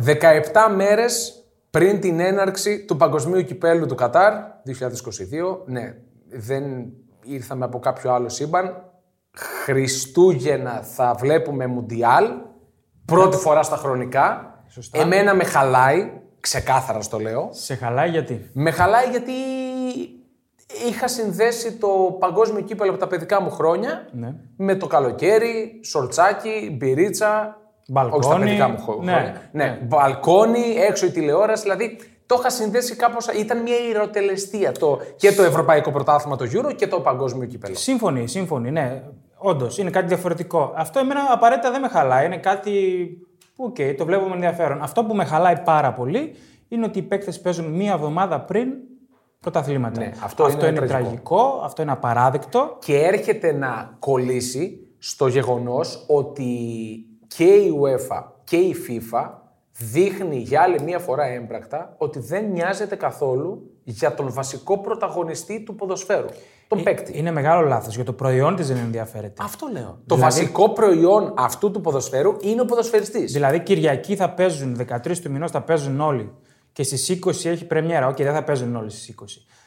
17 μέρες πριν την έναρξη του Παγκοσμίου Κυπέλου του Κατάρ 2022. Ναι, δεν ήρθαμε από κάποιο άλλο σύμπαν. Χριστούγεννα θα βλέπουμε Μουντιάλ. Πρώτη φορά στα χρονικά. Σωστά. Εμένα με χαλάει. Ξεκάθαρα στο λέω. Σε χαλάει γιατί. Με χαλάει γιατί είχα συνδέσει το παγκόσμιο κύπελο από τα παιδικά μου χρόνια Ναι. με το καλοκαίρι, σορτσάκι, μπυρίτσα. Μπαλκόνι, Όχι στα παιδικά μου χω- ναι. χρόνια. Ναι, μπαλκόνι, έξω η τηλεόραση. Δηλαδή το είχα συνδέσει κάπως. Ήταν μια ηροτελεστία το, και το Ευρωπαϊκό Πρωτάθλημα, το Euro και το Παγκόσμιο Κύπελο. Σύμφωνοι, σύμφωνοι, ναι. Όντως, είναι κάτι διαφορετικό. Αυτό εμένα απαραίτητα δεν με χαλάει. Είναι κάτι που, οκ, το βλέπουμε ενδιαφέρον. Αυτό που με χαλάει πάρα πολύ είναι ότι οι παίκτες παίζουν μία εβδομάδα πριν πρωταθλήματα. Ναι, αυτό είναι τραγικό. τραγικό, αυτό είναι απαράδεκτο. Και έρχεται να κολλήσει στο γεγονός ότι και η UEFA και η FIFA δείχνει για άλλη μία φορά έμπρακτα ότι δεν νοιάζεται καθόλου για τον βασικό πρωταγωνιστή του ποδοσφαίρου, τον παίκτη. Ε, Είναι μεγάλο λάθος για το προϊόν της δεν ενδιαφέρεται. Ε, Αυτό λέω. Δηλαδή- Το βασικό προϊόν αυτού του ποδοσφαίρου είναι ο ποδοσφαιριστής. Δηλαδή, Κυριακή θα παίζουν, 13 του μηνός θα παίζουν όλοι. Και στις 20 έχει πρεμιέρα. Οκ, δεν θα παίζουν όλοι στις 20.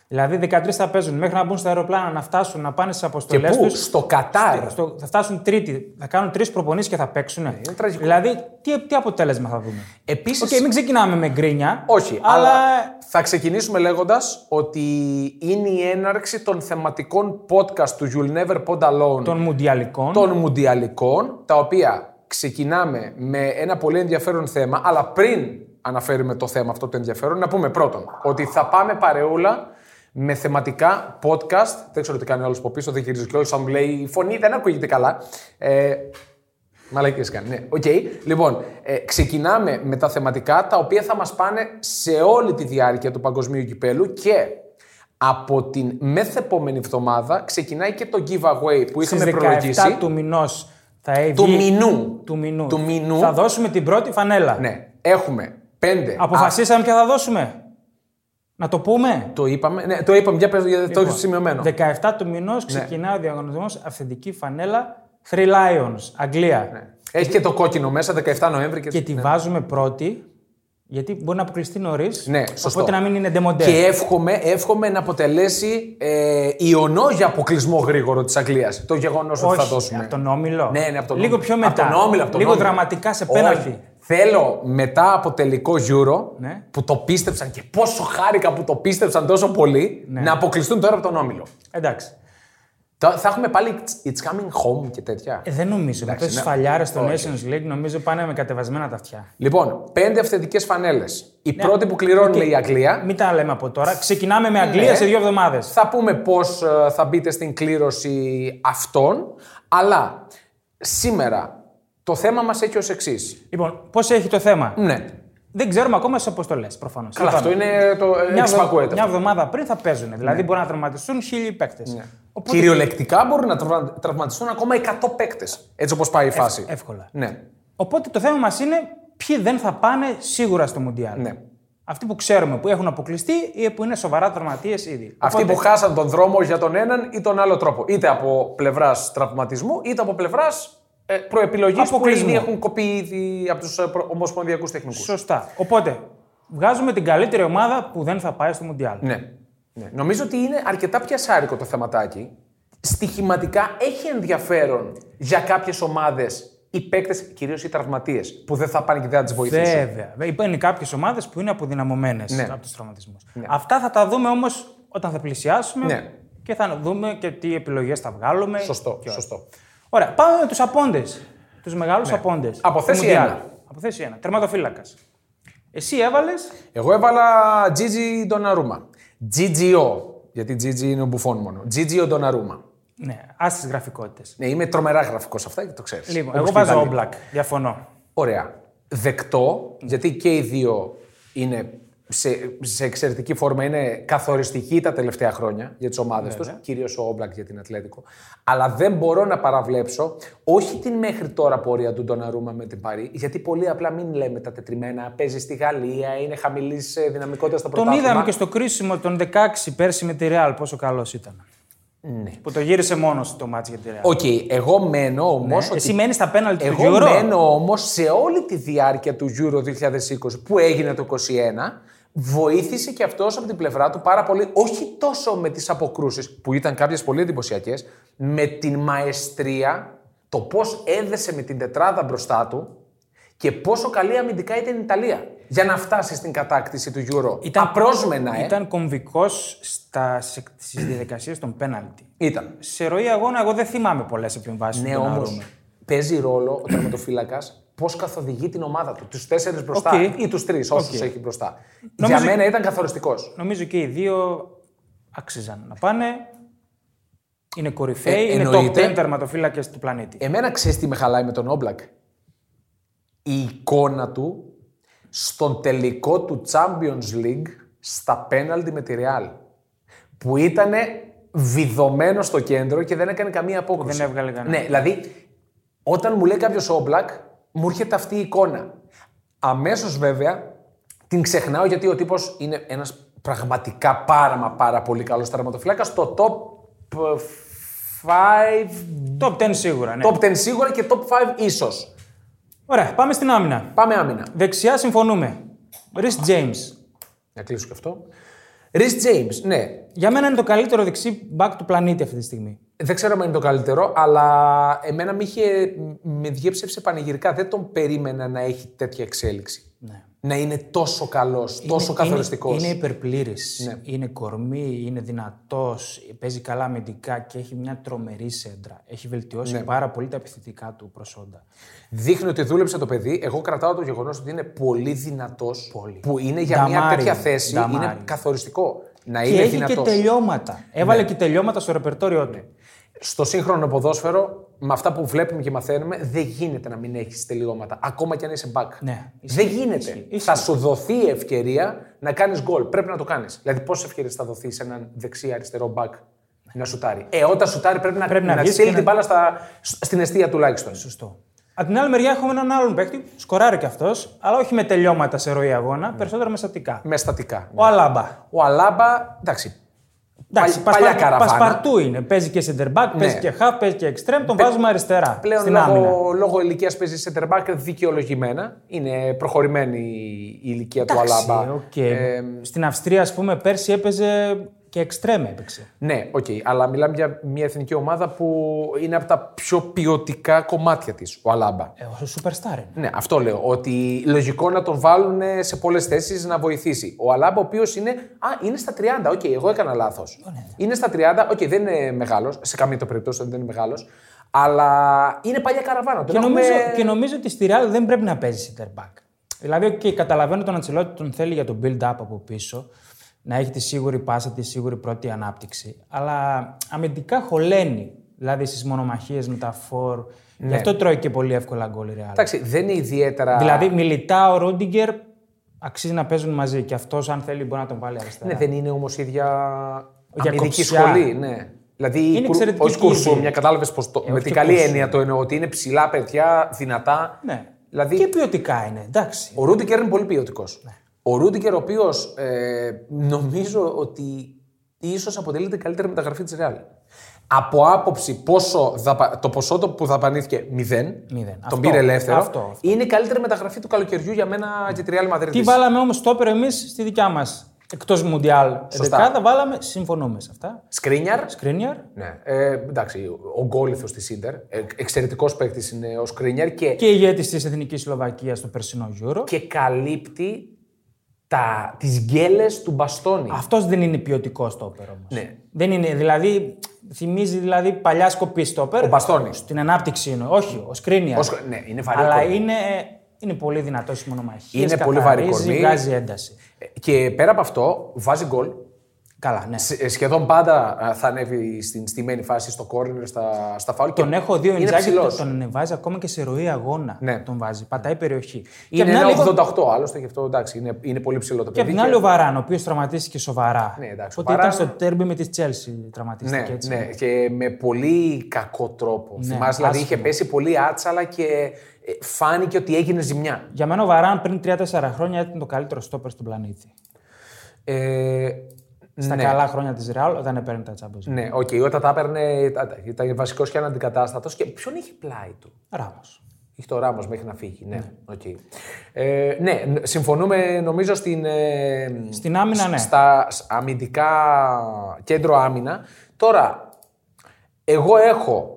Δηλαδή, 13 θα παίζουν μέχρι να μπουν στα αεροπλάνα, να φτάσουν, να πάνε στι και αποστολέ πού, τους. στο Κατάρ. Στο, θα φτάσουν τρίτη, θα κάνουν τρεις προπονήσεις και θα παίξουν. είναι Ε, τραγικό. Δηλαδή, τι, τι αποτέλεσμα θα δούμε. Οκ, Επίσης, μην ξεκινάμε με γκρίνια. Όχι, αλλά. αλλά... θα ξεκινήσουμε λέγοντας ότι είναι η έναρξη των θεματικών podcast του You'll Never Pod Alone των Μουντιαλικών. των Μουντιαλικών, τα οποία ξεκινάμε με ένα πολύ ενδιαφέρον θέμα, αλλά πριν αναφέρουμε το θέμα αυτό το ενδιαφέρον, να πούμε πρώτον ότι θα πάμε παρεούλα με θεματικά podcast. Δεν ξέρω τι κάνει άλλος από πίσω, δεν γυρίζει κιόλα. Αν μου λέει η φωνή δεν ακούγεται καλά. Ε, Μαλακίες κάνει, ναι. Οκ. Λοιπόν, ε, ξεκινάμε με τα θεματικά τα οποία θα μας πάνε σε όλη τη διάρκεια του παγκοσμίου κυπέλου και από την μεθεπόμενη εβδομάδα ξεκινάει και το giveaway που είχαμε στις 17 προλογίσει. του μηνός θα έχει. Του μηνού. Του μηνού. Του μηνού. Θα δώσουμε την πρώτη φανέλα. Ναι. Έχουμε πέντε. Α, Αποφασίσαμε ποια θα δώσουμε. Να το πούμε. το είπαμε. Ναι, το είπαμε. Για πες, γιατί Λοιπόν, το έχω σημειωμένο. Ναι. 17 του μηνός ξεκινάει ο διαγωνισμός αυθεντική φανέλα Three Lions, Αγγλία. Ναι. Έχει και το κόκκινο μέσα, 17 Νοέμβρη. Και, Και τη βάζουμε πρώτη, γιατί μπορεί να αποκλειστεί νωρίς. Ναι, σωστό. Οπότε να μην είναι ντεμοντέ. και εύχομαι, εύχομαι να αποτελέσει ε, ιονό για αποκλεισμό γρήγορο της Αγγλίας. Το γεγονός ότι θα δώσουμε. Από τον όμιλο. Ναι, ναι, από τον Λίγο Όμιλο. πιο Από μετά. τον Όμιλο, από τον Λίγο Όμιλο. δραματικά σε Όχι. πέναλτι. Θέλω μετά από τελικό Euro Ναι. που το πίστεψαν και πόσο χάρηκα που το πίστεψαν τόσο πολύ Ναι. να αποκλειστούν τώρα από τον Όμιλο. Εντάξει. Τα- Θα έχουμε πάλι It's coming home και τέτοια. Ε, δεν νομίζω. Με τόσε ναι. φαλιάρες στο Όχι. Nations League νομίζω πάνε με κατεβασμένα τα αυτιά. Λοιπόν, πέντε αυθεντικές φανέλες. Η Ναι. πρώτη που κληρώνει είναι η Αγγλία. Μην τα λέμε από τώρα. Ξεκινάμε Ναι. με Αγγλία σε δύο εβδομάδες. Θα πούμε πώς θα μπείτε στην κλήρωση αυτών. Αλλά σήμερα το θέμα μας έχει ως εξής. Λοιπόν, πώς έχει το θέμα. Ναι. Δεν ξέρουμε ακόμα στις αποστολές προφανώς. Καλά, αυτό είναι το ε, Μια, βδο... εξυπακούεται. Ναι. μια εβδομάδα πριν θα παίζουν. Δηλαδή μπορεί να τραυματιστούν χίλιοι παίκτες. Κυριολεκτικά μπορούν να τρα- τραυματιστούν ακόμα 100 παίκτες. Έτσι όπως πάει η φάση. Εύκολα. Ναι. Οπότε το θέμα μας είναι ποιοι δεν θα πάνε σίγουρα στο Μουντιάλ. Ναι. Αυτοί που ξέρουμε που έχουν αποκλειστεί ή που είναι σοβαρά τραυματίες ήδη. Αυτοί Οπότε, που χάσαν τον δρόμο για τον έναν ή τον άλλο τρόπο. Είτε από πλευράς τραυματισμού, είτε από πλευράς ε, προεπιλογή που Αποκλεισμού. ήδη έχουν κοπεί ήδη από ε, του ομοσπονδιακούς τεχνικούς. Σωστά. Οπότε βγάζουμε την καλύτερη ομάδα που δεν θα πάει στο Μουντιάλ. Ναι. ναι. Νομίζω ότι είναι αρκετά πιασάρικο το θεματάκι. Στοιχηματικά έχει ενδιαφέρον για κάποιες ομάδες οι παίκτες, κυρίως οι τραυματίες, που δεν θα πάνε και δεν θα τις βοηθήσουν. Βέβαια. Είναι κάποιες ομάδες που είναι αποδυναμωμένες Ναι. από τους τραυματισμούς. Αυτά θα τα δούμε όμως όταν θα πλησιάσουμε Ναι. και θα δούμε και τι επιλογές θα βγάλουμε. Σωστό, Και όλα. σωστό. Ωραία. Πάμε με τους απόντες. Τους μεγάλους ναι. απόντες. Από θέση ένα. Από θέση 1. Τερματοφύλακας. Εσύ έβαλες. Εγώ έβαλα Gigi Donnarumma. GGO. Γιατί Gigi είναι ο μπουφόν μόνο. Gigi ο Donnarumma. Ναι, άσε τις γραφικότητες. Ναι, είμαι τρομερά γραφικός σε αυτά και το ξέρεις. Λοιπόν, εγώ βάζω Oblak. Διαφωνώ. Ωραία. Δεκτό, γιατί και οι δύο είναι σε, σε εξαιρετική φόρμα, είναι καθοριστικοί τα τελευταία χρόνια για τις ομάδες τους, κυρίως ο Όμπλακ για την Ατλέτικο. Αλλά δεν μπορώ να παραβλέψω όχι την μέχρι τώρα πορεία του Ντοναρούμα με την Παρή, γιατί πολύ απλά μην λέμε τα τετριμένα. Παίζει στη Γαλλία, είναι χαμηλής δυναμικότητα στο Τον πρωτάθλημα. είδαμε και στο κρίσιμο τον 16 πέρσι με τη Real πόσο καλός ήταν. Ναι. Που το γύρισε μόνος το μάτσο για τη Real. Οκ, εγώ μένω όμως. Ε, Εσύ μένεις στα πέναλτι του Εγώ Euro. μένω όμως σε όλη τη διάρκεια του Euro 2020 που έγινε το 2021, βοήθησε και αυτός από την πλευρά του πάρα πολύ, όχι τόσο με τις αποκρούσεις που ήταν κάποιες πολύ εντυπωσιακές, με την μαεστρία, το πώς έδεσε με την τετράδα μπροστά του και πόσο καλή αμυντικά ήταν η Ιταλία για να φτάσει στην κατάκτηση του Euro. Απρόσμενα, ε. Ήταν κομβικός στις διαδικασίες των πέναλτι. ήταν. Σε ροή αγώνα, εγώ δεν θυμάμαι πολλές επεμβάσει. Ναι, όμω παίζει ρόλο ο τερματοφύλακα πώς καθοδηγεί την ομάδα του. Τους τέσσερις μπροστά Οκ. ή τους τρεις, όσους Οκ. έχει μπροστά. Νομίζω- Για μένα ήταν καθοριστικός. Νομίζω και οι δύο άξιζαν να πάνε. Είναι κορυφαίοι, Ε, είναι εννοείται. top 10 τερματοφύλακες του πλανήτη. Εμένα ξέρεις τι με χαλάει με τον Όμπλακ. Η εικόνα του στον τελικό του Champions League στα πέναλτι με τη Real. Που ήταν βιδωμένο στο κέντρο και δεν έκανε καμία απόκριση. Δεν έβγαλε κανένα. Ναι, δηλαδή όταν μου λέει κάποιος Όμπλακ, μου έρχεται αυτή η εικόνα. Αμέσως βέβαια την ξεχνάω γιατί ο τύπος είναι ένας πραγματικά πάρα μα πάρα πολύ καλός τερματοφυλάκας. Το top ε, 5 Top 10 σίγουρα, ναι. Top 10 σίγουρα και top 5 ίσως. Ωραία, πάμε στην άμυνα. Πάμε άμυνα. Δεξιά συμφωνούμε. Ρις James. Να κλείσω και αυτό. Ρι James, ναι. Για μένα είναι το καλύτερο δεξί back του πλανήτη αυτή τη στιγμή. Δεν ξέρω αν είναι το καλύτερο, αλλά εμένα με, είχε, με διέψευσε πανηγυρικά. Δεν τον περίμενα να έχει τέτοια εξέλιξη. Ναι. Να είναι τόσο καλός, τόσο καθοριστικός. Είναι, είναι υπερπλήρης. Ναι. Είναι κορμί, είναι δυνατός, παίζει καλά αμυντικά και έχει μια τρομερή σέντρα. Έχει βελτιώσει Ναι. πάρα πολύ τα επιθετικά του προσόντα. Δείχνει ότι δούλεψε το παιδί. Εγώ κρατάω το γεγονός ότι είναι πολύ δυνατός. Πολύ. Που είναι για μια Νταμάρι, τέτοια θέση. νταμάρι. Είναι καθοριστικό. Να και Ε, είναι Ναι. έχει δυνατό. και τελειώματα. Έβαλε και τελειώματα στο ρεπερτόριό του. στο σύγχρονο ποδόσφαιρο, με αυτά που βλέπουμε και μαθαίνουμε, δεν γίνεται να μην έχεις τελειώματα. Ακόμα και αν είσαι back. Ναι, δεν γίνεται. ισχύει. Θα σου δοθεί η ευκαιρία να κάνεις γκολ. Πρέπει να το κάνεις. Δηλαδή, πόσες ευκαιρίες θα δοθείς σε έναν δεξί-αριστερό back να σουτάρει. Ε, όταν σουτάρει πρέπει να, Πρέπει να βγεις στείλει και την να- μπάλα στα, στην αιστεία τουλάχιστον. Σωστό. Απ' την άλλη μεριά έχουμε έναν άλλον παίκτη, σκοράρει κι αυτός, αλλά όχι με τελειώματα σε ροή Ναι. αγώνα, περισσότερο με στατικά. Με στατικά. Ο Αλάμπα. Ο Αλάμπα, εντάξει. Εντάξει, Παλιά πασπα- καραβάνα. Πασπαρτού είναι. Παίζει και center back, παίζει Ναι. και half, παίζει και extreme, τον βάζουμε αριστερά. Πλέον στην άμυνα. λόγω, λόγω ηλικίας παίζει σε τερμπάκ δικαιολογημένα. Είναι προχωρημένη η ηλικία Εντάξει, του Αλάμπα. οκ. Ε, Στην Αυστρία, ας πούμε, πέρσι έπαιζε και εξτρέμ έπαιξε. Ναι, οκ, αλλά μιλάμε για μια εθνική ομάδα που είναι από τα πιο ποιοτικά κομμάτια της, ο Αλάμπα. Ε, ο Superstar είναι. Ναι, αυτό λέω. Ότι λογικό να τον βάλουν σε πολλές θέσεις να βοηθήσει. Ο Αλάμπα, ο οποίος είναι. Α, είναι στα 30. Οκ, εγώ έκανα λάθος. Είναι στα 30. Οκ, δεν είναι μεγάλος. Σε καμία το περίπτωση δεν είναι μεγάλος. Αλλά είναι παλιά καραβάνα. Τον Και, έχουμε- νομίζω, και νομίζω ότι στη Real δεν πρέπει να παίζει center back. Δηλαδή, και καταλαβαίνω τον Ατσελότη τον θέλει για το build-up από πίσω, να έχει τη σίγουρη πάσα, τη σίγουρη πρώτη ανάπτυξη. Αλλά αμυντικά χωλαίνει. Δηλαδή στις μονομαχίες με τα φορ. Ναι. Γι' αυτό τρώει και πολύ εύκολα γκολ η Real. Εντάξει, δεν είναι ιδιαίτερα. Δηλαδή, μιλητά ο Ρούντιγκερ αξίζει να παίζουν μαζί. Και αυτός, αν θέλει, μπορεί να τον βάλει αριστερά. Ναι, δεν είναι όμως ίδια Για αμυντική κοψιά. σχολή. Ναι. Δηλαδή, Είναι εξαιρετική όχι κουρσού, ήδη. μια κατάλαβες πως. Το... με Ε, όχι την και καλή κουρσού. έννοια το εννοώ ότι είναι ψηλά παιδιά, δυνατά. Ναι. Δηλαδή- Και Ναι. ποιοτικά είναι, εντάξει. Ο Ρούντικερ είναι πολύ ποιοτικός. Ο Ρούντικερ, ο οποίος ε, νομίζω ότι ίσως αποτελεί την καλύτερη μεταγραφή της Ρεάλ. Από άποψη πόσο δαπα- το ποσό το που δαπανήθηκε, μηδέν. Μηδέν. Τον Αυτό. πήρε ελεύθερο. Αυτό, αυτό. Είναι η καλύτερη μεταγραφή του καλοκαιριού για μένα και τη Ρεάλ Μαδρίτη. Τι βάλαμε όμως τόπερ εμείς στη δικιά μας. Εκτός Μουντιάλ. Σωστά. Δεκάδα βάλαμε, συμφωνούμε σε αυτά. Σκρίνιαρ. Σκρίνιαρ. Ναι. Ε, εντάξει, ο γκόλιθο της Ιντερ. Εξαιρετικός παίκτης ε, είναι ο Σκρίνιαρ και, Και ηγέτης της Εθνικής Σλοβακίας στο περσινό Euro. και καλύπτει τα, τις γκέλες του Μπαστόνι. Αυτός δεν είναι ποιοτικό τόπερ όμως. Ναι. Δεν είναι, δηλαδή, θυμίζει δηλαδή παλιά σκοπή στόπερ. Ο Μπαστόνι. Στην ανάπτυξη είναι. Όχι, ο Σκρίνιαρ. Ο Σκ- ναι, είναι βαρύ Αλλά κορμί. είναι, είναι πολύ δυνατό στις μονομαχίες. Είναι πολύ βαρύ κορμί. Βγάζει ένταση. Ε, Και πέρα από αυτό, βάζει γκολ. Καλά, ναι. Σ- ε, Σχεδόν πάντα α, θα ανέβει στην στημένη φάση, στο κόρνερ, στα, στα φάουλ. Τον και έχω δει ο είναι Ιντζάκη, ψηλός. τον ανεβάζει ακόμα και σε ροή αγώνα. Ναι. Τον βάζει, πατάει περιοχή. και απ' Είναι την ένα άλλη, λοιπόν- 88, άλλωστε γι' αυτό εντάξει, είναι, είναι πολύ ψηλό το και παιδί. απ' την άλλη ο Βαράν, ο οποίος τραυματίστηκε σοβαρά. Ναι, εντάξει, ο Οπότε Βαράν- ήταν στο τέρμπι με τη Τσέλσι τραυματίστηκε Ναι, έτσι. Ναι, ναι, και με πολύ κακό τρόπο. Θυμάσαι, δηλαδή είχε άσχημο. πέσει πολύ άτσαλα και ε, φάνηκε ότι έγινε ζημιά. Για μένα ο Βαράν πριν 3-4 χρόνια ήταν το καλύτερο στόπερ στον πλανήτη. Ε, στα Ναι. καλά χρόνια της Ρεάλ όταν έπαιρνε τα Champions League. Ναι, οκ, όταν τα έπαιρνε. τα- τα- Ήταν βασικός και αναντικατάστατος. Και ποιον είχε πλάι του. Ράμος. Είχε το Ράμος μέχρι να φύγει. Ναι, οκ. Ε, ναι, ν- συμφωνούμε νομίζω στην. ε, Στην άμυνα, ναι. Στα σ- αμυντικά κέντρο άμυνα. Τώρα, εγώ έχω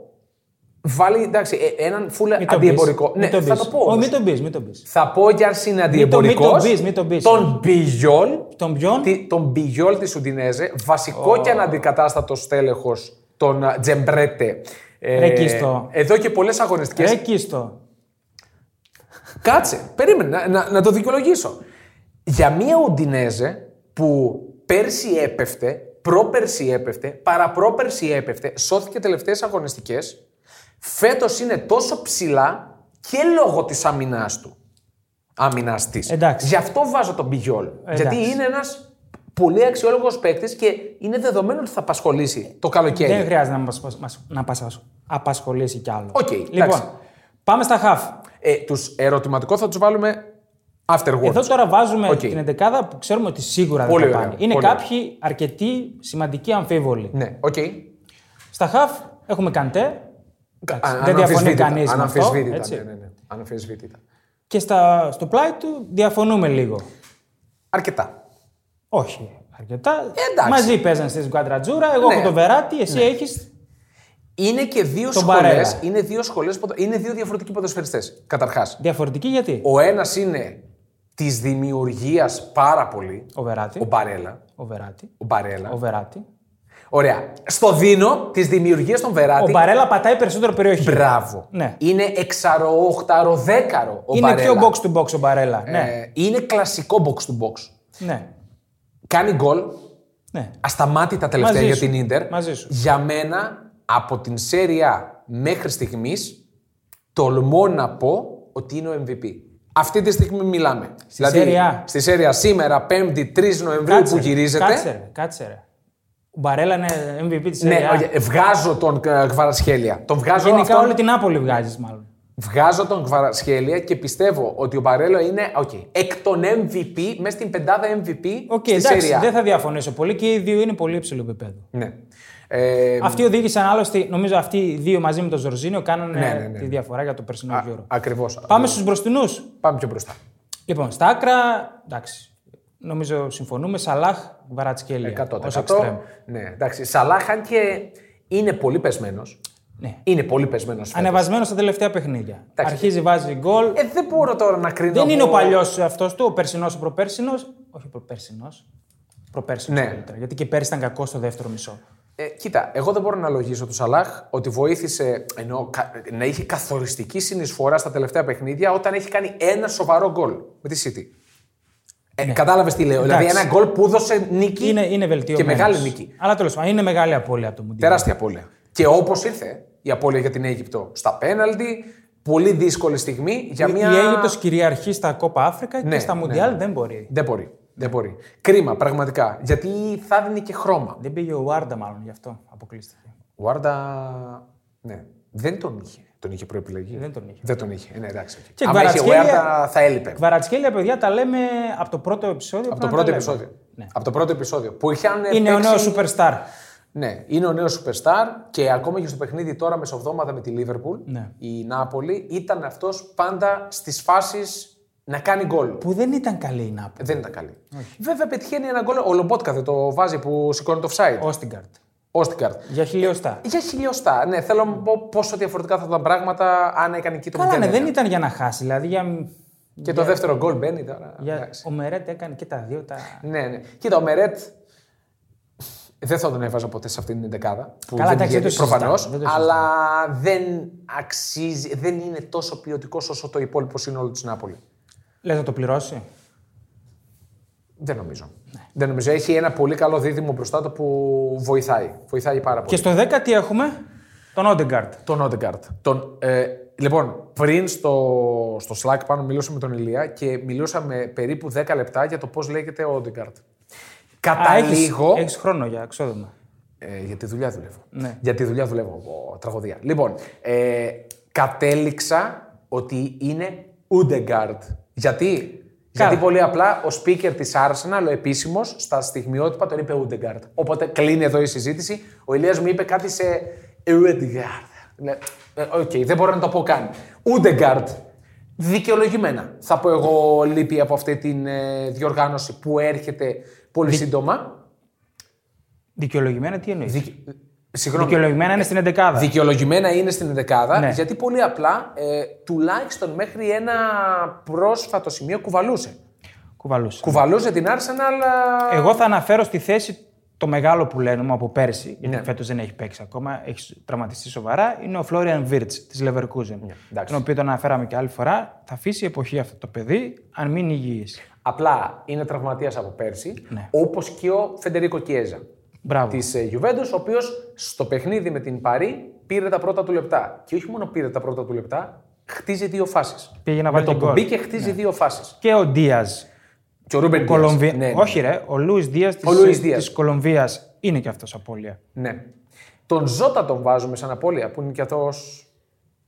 βάλει εντάξει, ε, έναν φουλ Μην τον πεις. αντιεμπορικό. Μην Ναι, τον θα πεις. το πω. Όχι, όμως. μην τον πεις, μην τον πεις. Θα πω κι αν είναι αντιεμπορικός. μην τον πεις, μην τον πεις. Τον Μπιγιόλ. Τον ποιον. Τι- Τον Μπιγιόλ της Ουντινέζε. Βασικό και αναντικατάστατο τέλεχο τον α, Τζεμπρέτε. Ε, Ρε Κίστο. εδώ και πολλές αγωνιστικές. Ρε Κίστο. Κάτσε, περίμενε να, να, να το δικαιολογήσω. Για μία Ουντινέζε που πέρσι έπεφτε, πρόπερσι έπεφτε, παραπρόπερσι έπεφτε, σώθηκε τελευταίες αγωνιστικές, φέτος είναι τόσο ψηλά και λόγω της αμυνάς του. Αμυνάς της. Εντάξει. Γι' αυτό βάζω τον Μπιγιόλ. Εντάξει. Γιατί είναι ένας πολύ αξιόλογος παίκτης και είναι δεδομένο ότι θα απασχολήσει το καλοκαίρι. Δεν χρειάζεται να μας, μας- να μας απασχολήσει κι άλλο. Οκ, εντάξει. λοιπόν, πάμε στα χαφ. Ε, τους ερωτηματικό θα τους βάλουμε afterwards. Εδώ τώρα βάζουμε Οκ. την εντεκάδα που ξέρουμε ότι σίγουρα Πολύ δεν θα ωραία, πάνε. Είναι πολύ κάποιοι αρκετοί σημαντικοί αμφίβολοι. Ναι, οκ. Στα χαφ έχουμε Καντέ. Εντάξει, Α- δεν διαφωνεί αναμφισβήτητα, κανείς με αυτό. αναμφισβήτητα, έτσι. ναι, ναι, ναι. Αναμφισβήτητα. Και στα, στο πλάι του διαφωνούμε λίγο. Αρκετά. Όχι αρκετά. εντάξει. Μαζί παίζαν στη Σγκουαντρατζούρα. Εγώ Ναι. έχω το Βεράτη, εσύ έχεις. Είναι και δύο Τον σχολές. Μπαρέλα. Είναι δύο σχολές, ποδο- είναι δύο διαφορετικοί ποδοσφαιριστές. Καταρχάς, Διαφορετική γιατί. ο ένας είναι της δημιουργίας πάρα πολύ. Ο Βεράτη. Ο Μπαρέλα. Ο Βεράτη. Ο Μπαρέλα. Ο Βεράτη. Ωραία. Στο δίνω της δημιουργίας των Βεράτη. Ο Μπαρέλα πατάει περισσότερο περιοχή. Μπράβο. Ναι. Είναι εξαρό, οχταρό, δέκαρο. Ο Είναι Μπαρέλα. πιο box to box ο Μπαρέλα. Ε, Ναι. είναι κλασικό box to box. ναι. Κάνει γκολ, ναι. ασταμάτητα τελευταία Μαζί για σου. την Ίντερ. Μαζί σου. Για μένα, από την Σέρια μέχρι στιγμής, τολμώ να πω ότι είναι ο MVP. Αυτή τη στιγμή μιλάμε. Στη Serie A. Στη Σέρια σήμερα, 5η 3 Νοεμβρίου Κάτσε, που γυρίζεται. Κάτσε, ρε, κάτσε. ρε. Ο Μπαρέλα είναι MVP της Ναι, ναι, όχι, βγάζω τον ε, Κβαρασχέλια. Τον βγάζω Γενικά αυτόν, όλη την Άπολη βγάζεις, μάλλον. Βγάζω τον Κβαρασχέλια και πιστεύω ότι ο Μπαρέλο είναι okay, εκ των MVP, μέσα στην πεντάδα MVP Οκ, στη εντάξει, Serie A. δεν θα διαφωνήσω πολύ και οι δύο είναι πολύ υψηλό επίπεδο. Ναι. Ε, Αυτοί οδήγησαν άλλωστε, νομίζω αυτοί οι δύο μαζί με τον Ζορζίνιο κάνανε Ναι, ναι, ναι. τη διαφορά για το περσινό γύρο. Ακριβώς. Πάμε στους μπροστινούς. Πάμε πιο μπροστά. Λοιπόν, στα άκρα, εντάξει. Νομίζω συμφωνούμε. Σαλάχ, Βαρατσκέλια. 100%. ως εξτρέμ. Ναι, εντάξει. Σαλάχ, αν και είναι πολύ πεσμένος. Ναι. Είναι πολύ πεσμένος. Ανεβασμένος στα τελευταία παιχνίδια. Αρχίζει, βάζει γκολ. Ε, δεν μπορώ τώρα να κρίνω. Δεν είναι ο εγώ. παλιός αυτός του, ο περσινός, ο προπέρσινος. Όχι, προπέρσινος. Προπέρσινος Ναι. καλύτερα. Γιατί και πέρσι ήταν κακός στο δεύτερο μισό. Ε, κοίτα, εγώ δεν μπορώ να λογίσω του Σαλάχ ότι βοήθησε ενώ, κα- να είχε καθοριστική συνεισφορά στα τελευταία παιχνίδια όταν έχει κάνει ένα σοβαρό γκολ με τη City. Ε, Κατάλαβες τι λέω. Δηλαδή, Ναι. Εντάξει. ένα γκολ που έδωσε νίκη. Είναι, είναι βελτιωμένος. Και μεγάλη νίκη. Αλλά τέλος πάντων είναι μεγάλη απώλεια από το Μουντιάλ. Τεράστια απώλεια. Και όπως ήρθε η απώλεια για την Αίγυπτο στα πέναλτι, πολύ δύσκολη στιγμή για μια. Η Αίγυπτος κυριαρχεί στα Κόπα Αφρικα Ναι, και στα ναι, Μουντιάλ δεν μπορεί. Δεν μπορεί. Δεν μπορεί. Κρίμα, πραγματικά. Γιατί θα δίνει και χρώμα. Δεν πήγε ο Βάρντα μάλλον γι' αυτό αποκλείστηκε. Ο Άρντα. Ναι. Δεν τον είχε. Τον είχε προεπιλεγεί. Δεν τον είχε. Δεν τον είχε. Ε, Ναι, εντάξει. οκ. Και Άμα είχε ο Κβαρατσχέλια- Άρντα, θα έλειπε. Κβαρατσχέλια, παιδιά, τα λέμε από το πρώτο επεισόδιο. Από πρέπει το να πρώτο τα λέμε. επεισόδιο. Ναι. Από το πρώτο επεισόδιο. Που είχαν Είναι ο νέο παίξει- superstar. Ναι, είναι ο νέος superstar και ακόμα και στο παιχνίδι τώρα μεσοβδόμαδα με τη Λίβερπουλ, Ναι. η Νάπολη, ήταν αυτός πάντα στις φάσεις να κάνει γκολ. Που δεν ήταν καλή η Νάπολη. Δεν ήταν καλή. Βέβαια πετυχαίνει ένα γκολ. Ο Λομπότκα δεν το βάζει που σηκώνει το offside. Όστιγκαρτ. Όστιγκαρτ. Για χιλιοστά. Για χιλιοστά. Ναι, θέλω να πω πόσο διαφορετικά θα ήταν πράγματα αν έκανε εκεί το Καλά, ναι, 0-1. δεν ήταν για να χάσει. Δηλαδή για. Και το δεύτερο γκολ μπαίνει τώρα. για- Εντάξει. Ο Μερέτ έκανε και τα δύο. Τα... Ναι, ναι. Κοίτα, ο Μερέτ δεν θα τον έβαζα ποτέ σε αυτήν την δεκάδα. Που Καλά, δεν εντάξει, δεν πηγαίνει το συζητάμε, προφανώς. δεν το συζητάμε. Αλλά δεν αξίζει, δεν είναι τόσο ποιοτικός όσο το υπόλοιπο σύνολο της Νάπολης. Λες να το πληρώσει. Δεν νομίζω. Ναι. Δεν νομίζω. Έχει ένα πολύ καλό δίδυμο μπροστά του που βοηθάει. Βοηθάει πάρα Και πολύ. στο 10 τι έχουμε, τον Όντεγκαρτ. Τον Όντεγκαρτ. Τον, ε, λοιπόν, πριν στο, στο Slack πάνω μιλούσαμε με τον Ηλία και μιλούσαμε περίπου 10 λεπτά για το πώς λέγεται ο Όντεγκαρτ. Κατά λίγο. Έχεις χρόνο για εξόδημα. Ε, για τη δουλειά δουλεύω. Ναι. Για τη δουλειά δουλεύω. Ω, τραγωδία. Λοιπόν, ε, κατέληξα ότι είναι Ούντεγκάρτ. Γιατί Γιατί Καλά. πολύ απλά ο speaker της Arsenal, ο επίσημος, στα στιγμιότυπα τον είπε Ούντεγκαρτ. Οπότε κλείνει εδώ η συζήτηση. Ο Ηλίας μου είπε κάτι σε Ούντεγκαρτ. Ναι, ε, Οκ, δεν μπορώ να το πω καν. Ούντεγκαρτ. Δικαιολογημένα. Θα πω εγώ λύπη από αυτή την ε, διοργάνωση που έρχεται πολύ σύντομα. Δικαιολογημένα τι εννοείς. Δικαι- Συγγνώμη. Δικαιολογημένα είναι στην 11η. Δικαιολογημένα είναι στην ενδεκάδα, Ναι. γιατί πολύ απλά, ε, τουλάχιστον μέχρι ένα πρόσφατο σημείο, κουβαλούσε. Κουβαλούσε. Κουβαλούσε την Arsenal. ε, α, Εγώ θα αναφέρω στη θέση το μεγάλο που λένε από πέρσι, γιατί Ναι. φέτος δεν έχει παίξει ακόμα, έχει τραυματιστεί σοβαρά, είναι ο Φλόριαν Βίρτ της Leverkusen. Ναι, εντάξει. τον οποίο τον αναφέραμε και άλλη φορά. Θα αφήσει εποχή αυτό το παιδί, αν μείνει υγιής. Απλά είναι τραυματίας από πέρσι, Ναι. όπως όπω και ο Φεντερίκο Κιέζα Μπράβο. της Juventus, ο οποίος στο παιχνίδι με την Παρή πήρε τα πρώτα του λεπτά. Και όχι μόνο πήρε τα πρώτα του λεπτά, χτίζει δύο φάσεις. Πήγε να με βάλει το και που γκολ. Ναι. μπήκε, χτίζει δύο φάσεις. Και ο Ντίας. Και ο Ρούμπεν Ντίας. Κολομβία. Ναι, ναι. Όχι, ρε. Ο Λούι Δία Ο Luis Díaz. της Κολομβίας είναι και αυτός απώλεια. Ναι. Τον Ζώτα τον βάζουμε σαν απώλεια, που είναι και αυτός.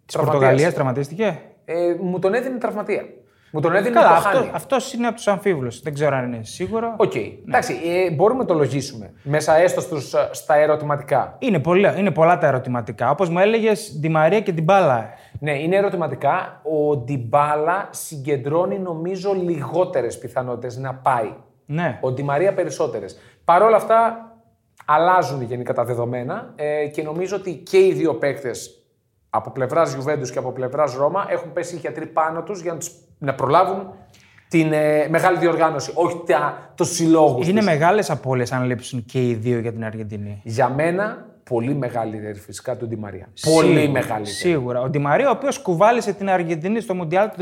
Τη Πορτογαλία τραυματίστηκε. Ε, μου τον έδινε τραυματία. Μου τον έδινε Καλά, Δηλαδή το αυτό Ναι. χάνει. αυτός είναι από τους αμφίβολους. Δεν ξέρω αν είναι σίγουρο. Οκ. Εντάξει, ε, μπορούμε να το λογίσουμε μέσα έστω στους, ε, στα ερωτηματικά. Είναι, πολλά, είναι πολλά τα ερωτηματικά. Όπως μου έλεγες, τη Μαρία και την Μπάλα. Ναι, είναι ερωτηματικά. Ο Ντιμπάλα συγκεντρώνει νομίζω λιγότερες πιθανότητες να πάει. Ναι. Ο Ντιμαρία περισσότερες. Παρ' όλα αυτά αλλάζουν γενικά τα δεδομένα ε, και νομίζω ότι και οι δύο παίκτες από πλευράς Juventus και από πλευράς Ρώμα έχουν πέσει οι γιατροί πάνω τους για να, τους, να προλάβουν την ε, μεγάλη διοργάνωση, όχι τα, τους συλλόγους Είναι τους. μεγάλες απώλειες αν λείψουν και οι δύο για την Αργεντινή. Για μένα, πολύ μεγαλύτερη φυσικά του Ντιμαρία. Πολύ Σίγουρα, μεγαλύτερη. Σίγουρα. Ο Ντιμαρία, ο οποίος κουβάλισε την Αργεντινή στο Μουντιάλ του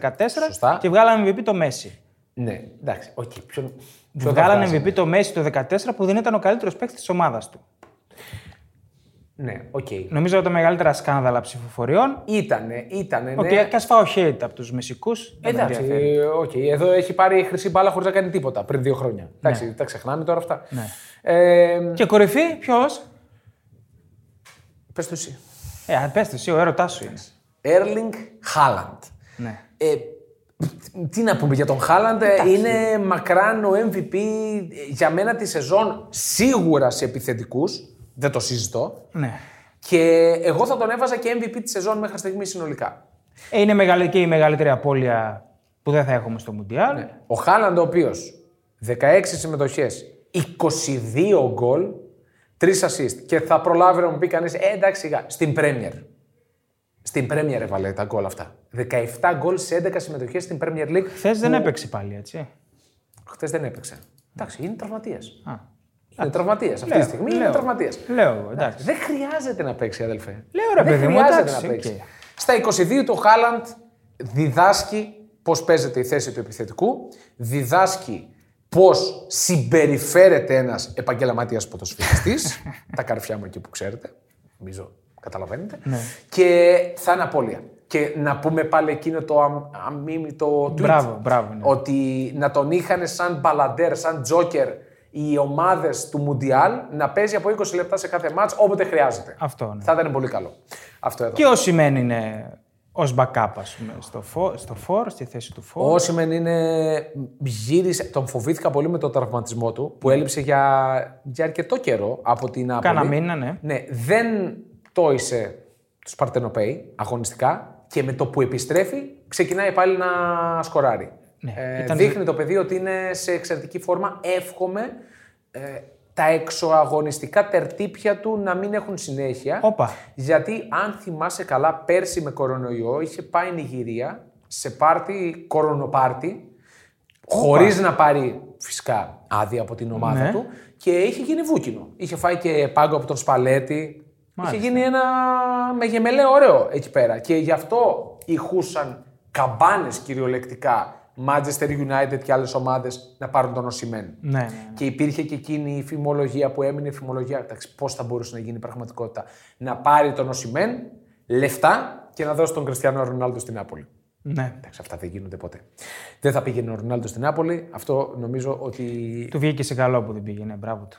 2014 Σωστά. και βγάλανε MVP το Μέση. Ναι, εντάξει, οκ. Ποιον, ποιον θα Βγάλανε βγάζει. MVP το Μέση το 2014 που δεν ήταν ο καλύτερος παίκτης της ομάδας του. Ναι, οκ. Νομίζω από τα μεγαλύτερα σκάνδαλα ψηφοφοριών. Ήτανε, ήτανε, Οκ, ναι. και ας φάω hate από τους μεσικού. Εντάξει, οκ. Εδώ έχει πάρει χρυσή μπάλα χωρίς να κάνει τίποτα πριν δύο χρόνια. Εντάξει, τα ξεχνάμε τώρα αυτά. Ναι. Ε, Και κορυφή, ποιος. πες το εσύ. Ε, αν πες το εσύ, ο έρωτάς σου είναι. Erling Haaland. Ναι. Ε, τι να πούμε για τον Χάλαντ, ε, είναι μακράν ο MVP ε, για μένα τη σεζόν σίγουρα σε επιθετικούς, δεν το συζητώ. ναι. Και εγώ θα τον έβαζα και MVP της σεζόν μέχρι στιγμή συνολικά. Ε, είναι μεγαλε- και η μεγαλύτερη απώλεια που δεν θα έχουμε στο Μουντιάλ. Ο Χάλαντ, ο οποίος 16 συμμετοχέ, 22 γκολ, 3 assist. Και θα προλάβει να μου πει κανείς, ε, εντάξει, σιγά, στην Πρέμιερ. Στην Πρέμιερ έβαλε τα γκολ αυτά. 17 γκολ σε 11 συμμετοχές στην Πρέμιερ League. Χθες δεν έπαιξε πάλι, έτσι. Χθες δεν έπαιξε. Εντάξει, είναι τραυματίας. Α, Είναι τραυματίας. Αυτή τη Λέω, στιγμή λέω. είναι τραυματίας. λέω εγώ, εντάξει. Δεν χρειάζεται να παίξει, αδελφέ. Λέω, ρε, Δεν παιδί μου, χρειάζεται εντάξει, να παίξει. Στα 22 του Χάλαντ διδάσκει πώς παίζεται η θέση του επιθετικού, διδάσκει πώς συμπεριφέρεται ένας επαγγελματίας ποδοσφαιριστής. τα καρφιά μου εκεί που ξέρετε. Νομίζω καταλαβαίνετε. Ναι. Και θα είναι απώλεια. Και να πούμε πάλι εκείνο το αμ, αμίμητο tweet. Μπράβο, μπράβο, ναι. Ότι να τον είχαν σαν μπαλαντέρ, σαν τζόκερ οι ομάδες του Μουντιάλ να παίζει από 20 λεπτά σε κάθε μάτς όποτε χρειάζεται. Αυτό, ναι. Θα ήταν πολύ καλό. Αυτό εδώ. Και ο Σιμέν είναι ως backup, ας πούμε, στο, φο... στο φορ, στη θέση του φορ. Ο Όσιμεν είναι. γύρισε. Τον φοβήθηκα πολύ με τον τραυματισμό του που έλειψε για, για αρκετό καιρό από την Άπολη. Κάνα μήνα, ναι. Ναι, δεν τόισε τους Παρτενοπαίοι αγωνιστικά και με το που επιστρέφει ξεκινάει πάλι να σκοράρει. Ναι, ε, ήταν- Δείχνει το παιδί ότι είναι σε εξαιρετική φόρμα. Εύχομαι ε, τα εξωαγωνιστικά τερτύπια του να μην έχουν συνέχεια. Όπα. Γιατί αν θυμάσαι καλά, πέρσι με κορονοϊό είχε πάει η Νιγηρία σε πάρτι, κορονοπάρτι, χωρίς να πάρει φυσικά άδεια από την ομάδα Ναι. του και είχε γίνει βούκινο. Είχε φάει και πάγκο από τον Σπαλέτη. Είχε γίνει ένα μεγεμελέ ωραίο εκεί πέρα. Και γι' αυτό ηχούσαν καμπάνες κυριολεκτικά Manchester United και άλλες ομάδες να πάρουν τον Οσημέν. Ναι, ναι, ναι. Και υπήρχε και εκείνη η φημολογία που έμεινε η φημολογία. Εντάξει, πώς θα μπορούσε να γίνει η πραγματικότητα. Να πάρει τον Οσημέν λεφτά και να δώσει τον Κριστιανό Ρονάλντο στην Νάπολη. ναι. Εντάξει, αυτά δεν γίνονται ποτέ. Δεν θα πήγαινε ο Ρονάλντο στην Νάπολη. Αυτό νομίζω ότι. Του βγήκε σε καλό που δεν πήγαινε, μπράβο του.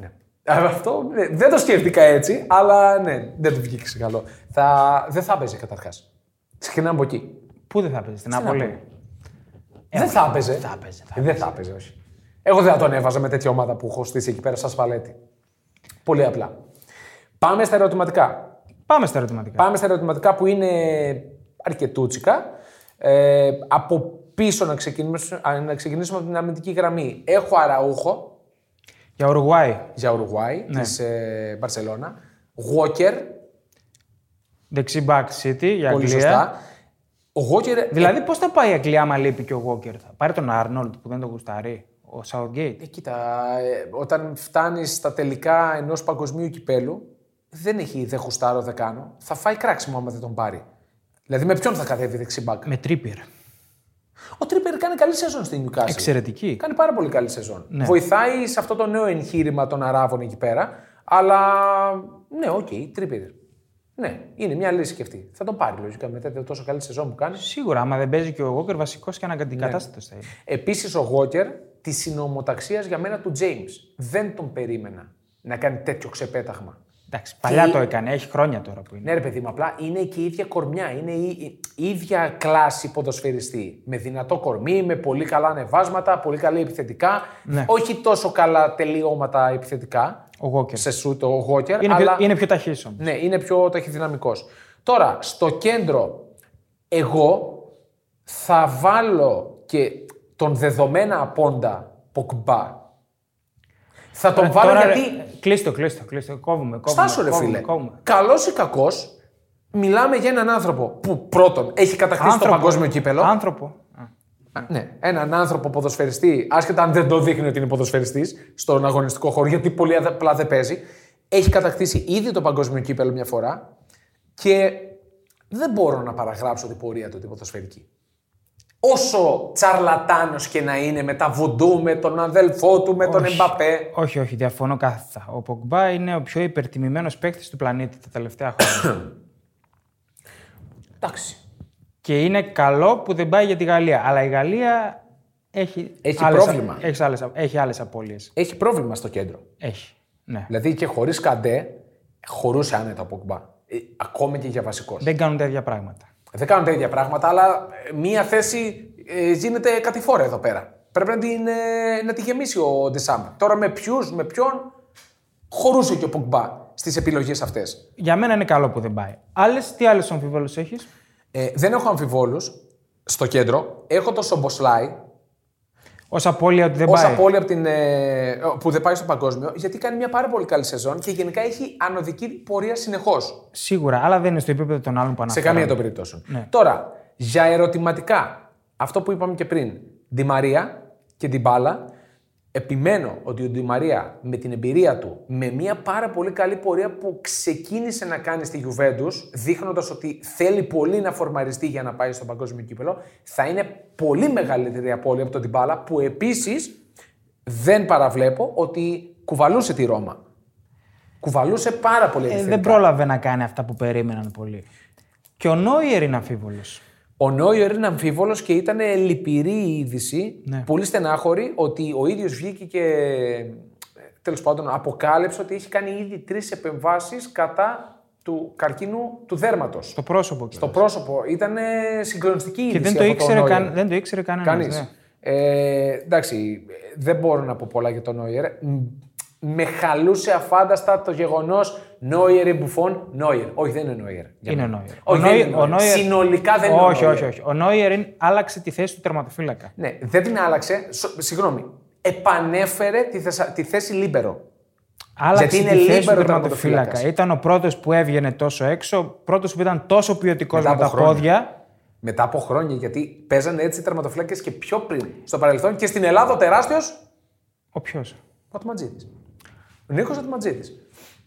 Ναι. Α, Αυτό ναι, δεν το σκέφτηκα έτσι, αλλά ναι, δεν του βγήκε σε καλό. Θα... Δεν θα παίζει καταρχάς. Ξεκινάμε από εκεί. Πού δεν θα παίζει, στην Απολή. δεν θα έπαιζε. Ε, θα έπαιζε, θα Δεν θα έπαιζε, όχι. Εγώ δεν θα τον έβαζα με τέτοια ομάδα που έχω στήσει εκεί πέρα σαν σπαλέτη. Πολύ απλά. Πάμε στα ερωτηματικά. Πάμε στα ερωτηματικά. Πάμε στα ερωτηματικά που είναι αρκετούτσικα. Ε, από πίσω να ξεκινήσουμε, α, να ξεκινήσουμε από την αμυντική γραμμή. Έχω αραούχο Για Ουρουγουάη. για Ουρουγουάη ναι. της ε, Μπαρσελώνα. Walker, Δεξί back City για πολύ Αγγλία. σωστά. Ο Walker, Δηλαδή, πώς θα πάει η Αγγλία άμα λείπει και ο Walker. Θα πάρει τον Arnold που δεν τον γουστάρει. Ο Southgate. Ε, κοίτα, ε, όταν φτάνεις στα τελικά ενός παγκοσμίου κυπέλου, δεν έχει δεν χουστάρω, δεν κάνω. Θα φάει κράξιμο άμα δεν τον πάρει. Δηλαδή με ποιον θα κατέβει δεξιμπάκ. Με τρίπερ. Ο Τρίπερ κάνει καλή σεζόν στην Newcastle. Εξαιρετική. Κάνει πάρα πολύ καλή σεζόν. Βοηθάει σε αυτό το νέο εγχείρημα των Αράβων εκεί πέρα. Αλλά ναι, οκ, Τρίπερ. Ναι, είναι μια λύση και αυτή. Θα τον πάρει λογικά μετά την τόσο καλή σεζόν που κάνει. Σίγουρα, άμα δεν παίζει και ο Walker, βασικός και αναγκατικατάστατος θα είναι. Επίσης ο Γόκερ της συνομοταξία για μένα του James. Δεν τον περίμενα να κάνει τέτοιο ξεπέταγμα. Εντάξει, παλιά το έκανε, έχει χρόνια τώρα που είναι. Ναι, ρε παιδί μου, απλά είναι και η ίδια κορμιά. Είναι η, η- η ίδια κλάση ποδοσφαιριστή. Με δυνατό κορμί, με πολύ καλά ανεβάσματα, πολύ καλή επιθετικά. Ναι. Όχι τόσο καλά τελειώματα επιθετικά. Ο Walker. Σε σούτ ο Γόκερ. Είναι, αλλά... πιο, είναι πιο ταχύς όμως. Ναι, είναι πιο ταχυδυναμικός. Τώρα, στο κέντρο, εγώ θα βάλω και τον δεδομένα απόντα Ποκμπά. Θα τον βάλω γιατί. Κλείστο, κλείστο, κλείστο. Κόβουμε, κόβουμε. Στάσου, ρε κόβουμε, φίλε. κόβουμε. Καλός ή κακός, μιλάμε για έναν άνθρωπο που πρώτον έχει κατακτήσει το παγκόσμιο κύπελο. Άνθρωπο. Α, Ναι, έναν άνθρωπο ποδοσφαιριστή, άσχετα αν δεν το δείχνει ότι είναι ποδοσφαιριστής στον αγωνιστικό χώρο, γιατί πολύ αδε- απλά δεν παίζει. Έχει κατακτήσει ήδη το παγκόσμιο κύπελο μια φορά και δεν μπορώ να παραγράψω την πορεία του την ποδοσφαιρική. Όσο τσαρλατάνος και να είναι με τα βουντού, με τον αδελφό του, με τον Όχι. Εμπαπέ. Όχι, όχι, διαφωνώ κάθετα. Ο Πογμπά είναι ο πιο υπερτιμημένος παίκτης του πλανήτη τα τελευταία χρόνια. Εντάξει. και είναι καλό που δεν πάει για τη Γαλλία. Αλλά η Γαλλία έχει. Έχει άλλες- πρόβλημα. Έχει άλλες έχει άλλες απώλειες. Έχει πρόβλημα στο κέντρο. Έχει. Ναι. Δηλαδή και χωρίς καντέ, χωρούσε άνετα ο Ποκμπά. Ε, ακόμη και για βασικός. Δεν κάνουν τα ίδια πράγματα. Δεν κάνουν τα ίδια πράγματα, αλλά ε, μία θέση ε, γίνεται κατηφόρα εδώ πέρα. Πρέπει να, την, ε, να τη γεμίσει ο Ντεσάμπ. Τώρα με ποιους, με ποιον χωρούσε και ο Ποκμπά στις επιλογές αυτές. Για μένα είναι καλό που δεν πάει. Άλλες, τι άλλε αμφιβόλους έχεις. Ε, δεν έχω αμφιβόλους στο κέντρο. Έχω το Σομποσλάι Ω απώλεια ότι δεν ω πάει. απώλεια από την, ε, που δεν πάει στο παγκόσμιο, γιατί κάνει μια πάρα πολύ καλή σεζόν και γενικά έχει ανωδική πορεία συνεχώς. Σίγουρα, αλλά δεν είναι στο επίπεδο των άλλων που Σε αναφέραμε. καμία των περιπτώσεων. Ναι. Τώρα, για ερωτηματικά, αυτό που είπαμε και πριν, Ντι Μαρία και την Μπάλα, επιμένω ότι ο Ντι Μαρία με την εμπειρία του, με μια πάρα πολύ καλή πορεία που ξεκίνησε να κάνει στη Juventus, δείχνοντας ότι θέλει πολύ να φορμαριστεί για να πάει στο παγκόσμιο κύπελο, θα είναι πολύ μεγαλύτερη απώλεια από τον Ντι Μπάλα, που επίσης δεν παραβλέπω ότι κουβαλούσε τη Ρώμα. Κουβαλούσε πάρα πολύ Ε, επιθετικά. δεν πρόλαβε να κάνει αυτά που περίμεναν πολλοί. Και ο Νόιερ είναι αμφίβολος. Ο Νόιερ είναι αμφίβολος και ήταν λυπηρή η είδηση, Ναι. πολύ στενάχωρη, ότι ο ίδιος βγήκε και τέλος πάντων αποκάλυψε ότι έχει κάνει ήδη τρεις επεμβάσεις κατά του καρκίνου του δέρματος. Στο Το πρόσωπο κιόλας. πρόσωπο ήταν συγκλονιστική είδηση. Και δεν το, από τον ήξερε Neuer. καν, δεν το ήξερε ναι. κανένας. Κανείς. Ε, εντάξει, δεν μπορώ να πω πολλά για τον Νόιερ. Μ, Με χαλούσε αφάνταστα το γεγονός Νόιερ ή Μπουφόν. Νόιερ. Όχι, δεν είναι Νόιερ. για Είναι ο μένα. Νόιερ. Όχι, ο δεν Νόιερ, είναι Νόιερ. Συνολικά δεν είναι ο όχι, Νόιερ. όχι, όχι. Ο Νόιερ είναι- άλλαξε τη θέση του τερματοφύλακα. Ναι, δεν την άλλαξε. Σο- Συγγνώμη. Επανέφερε τη, θέσα- τη θέση λίμπερο. Άλλαξε Γιατί είναι τη θέση του λίμπερο τερματοφύλακας. τερματοφύλακας. Ήταν ο πρώτος που έβγαινε τόσο έξω, πρώτος που ήταν τόσο ποιοτικός Μετά με από τα χρόνια. πόδια. Μετά από χρόνια, γιατί παίζανε έτσι τερματοφύλακες και πιο πριν στο παρελθόν και στην Ελλάδα ο τεράστιος. Ο ποιος. Ο Ατματζήτη. Ο Νίκο Ατματζήτη.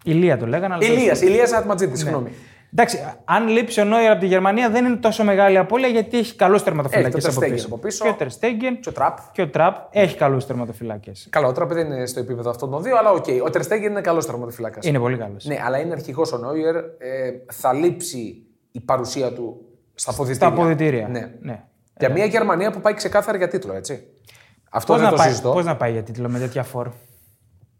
Ηλία το Ναι. λέγανε. αλλά Ηλίας, Ηλία Ατματζήτη, συγγνώμη. Εντάξει, αν λείψει ο Νόιερ από τη Γερμανία δεν είναι τόσο μεγάλη απώλεια γιατί έχει καλούς Έχει τερματοφυλακέ τον από, Ter Stegen πίσω. από πίσω. Και ο Τερστέγγεν Και ο Τραπ. και ο Τραπ έχει καλούς τερματοφυλακές. Καλό, ο Τραπ δεν είναι στο επίπεδο αυτών των δύο, αλλά οκ. Ο Τερστέγγεν είναι καλός τερματοφύλακα. Είναι πολύ καλός. Ναι, αλλά είναι αρχηγός ο Νόιερ. Ε, θα λείψει η παρουσία του στα Στα αποδητήρια. αποδητήρια. Ναι. ναι. Για μια Γερμανία που πάει ξεκάθαρα για τίτλο, έτσι. Αυτό Πώς δεν να, το πάει- συζητώ. Ε, πώς να πάει για τίτλο με τέτοια φόρ.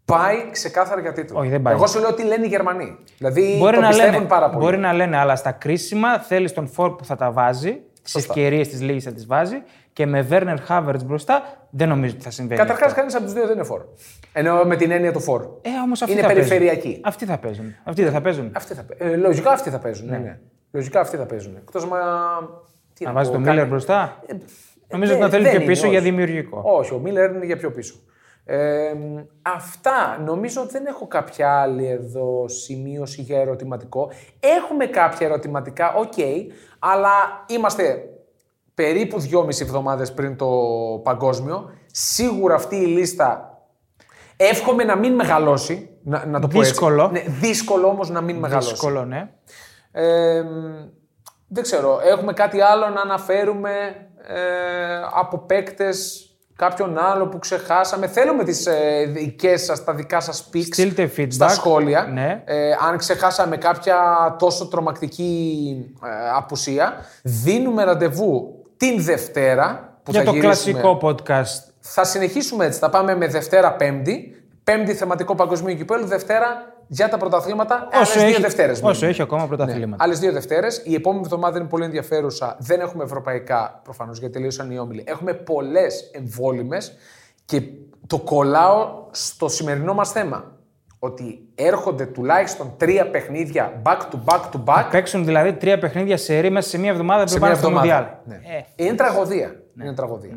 Πάει ξεκάθαρα για τίτλο. Όχι, δεν πάει. Εγώ σου λέω τι λένε οι Γερμανοί. Δηλαδή Μπορεί το να, πιστεύουν λένε, πάρα πολύ. μπορεί να λένε, αλλά στα κρίσιμα θέλεις τον φόρ που θα τα βάζει τις ευκαιρίες της λίγης θα τις βάζει και με Βέρνερ Χάβερτ μπροστά δεν νομίζω ότι θα συμβαίνει. Καταρχάς, αυτό. κανείς από τους δύο δεν είναι φόρ. Ενώ με την έννοια του φόρ. Ε, όμως αυτοί είναι θα παίζουν. περιφερειακή. Αυτοί θα παίζουν. Αυτοί δεν θα παίζουν. Αυτοί θα, παί- ε, λογικά αυτοί θα παίζουν. Ναι. ναι. Λογικά αυτοί θα παίζουν. Εκτός μα. Τι Να βάζεις πω, τον κάνει- Μίλλερ μπροστά. Νομίζω Ε, ότι να θέλει δεν πιο είναι, πίσω για όχι. δημιουργικό. Όχι, ο Μίλλερ είναι για πιο πίσω. Ε, αυτά. Νομίζω ότι δεν έχω κάποια άλλη εδώ σημείωση για ερωτηματικό. Έχουμε κάποια ερωτηματικά, οκ, αλλά είμαστε περίπου δυόμιση εβδομάδες πριν το παγκόσμιο. Σίγουρα αυτή η λίστα εύχομαι να μην μεγαλώσει, να, να το πω έτσι. Δύσκολο. Ναι, δύσκολο όμως να μην μεγαλώσει. Δύσκολο, ναι. Ε, μ, δεν ξέρω, έχουμε κάτι άλλο να αναφέρουμε ε, από παίκτες κάποιον άλλο που ξεχάσαμε. Θέλουμε τις ε, δικές σας, τα δικά σας picks Στείλτε feedback. στα σχόλια. Ναι. Ε, αν ξεχάσαμε κάποια τόσο τρομακτική ε, απουσία. Δίνουμε ραντεβού την Δευτέρα που για θα το γυρίσουμε. κλασικό podcast. Θα συνεχίσουμε έτσι. Θα πάμε με Δευτέρα Πέμπτη. Πέμπτη θεματικό παγκοσμίου κυπέλου. Δευτέρα για τα πρωταθλήματα. Όσο Άλλες δύο έχει, Δευτέρες Ναι. όσο μείνουν. έχει ακόμα πρωταθλήματα. Άλλες δύο Δευτέρες. Η επόμενη εβδομάδα είναι πολύ ενδιαφέρουσα. Δεν έχουμε ευρωπαϊκά προφανώς γιατί τελείωσαν οι όμιλοι. Έχουμε πολλές εμβόλυμες και το κολλάω στο σημερινό μας θέμα. Ότι έρχονται τουλάχιστον τρία παιχνίδια back to back to back Παίξουν δηλαδή τρία παιχνίδια σε ρή μέσα σε μία εβδομάδα σε πριν μια πάνε στο Μουντιάλ. εβδομάδα. Ναι. Ε, Ναι. Είναι τραγωδία. Είναι τραγωδία.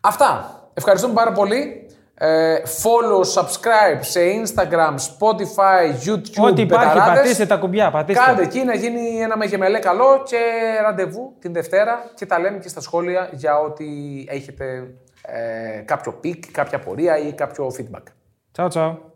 Αυτά. Ευχαριστούμε πάρα πολύ. Ε, follow, subscribe σε Instagram, Spotify, YouTube, Ό,τι υπάρχει, πεταράδες. πατήστε τα κουμπιά, πατήστε. Κάντε εκεί να γίνει ένα μεγεμελέ καλό και ραντεβού την Δευτέρα και τα λέμε και στα σχόλια για ό,τι έχετε ε, κάποιο πικ, κάποια πορεία ή κάποιο feedback. Τσαου τσαου.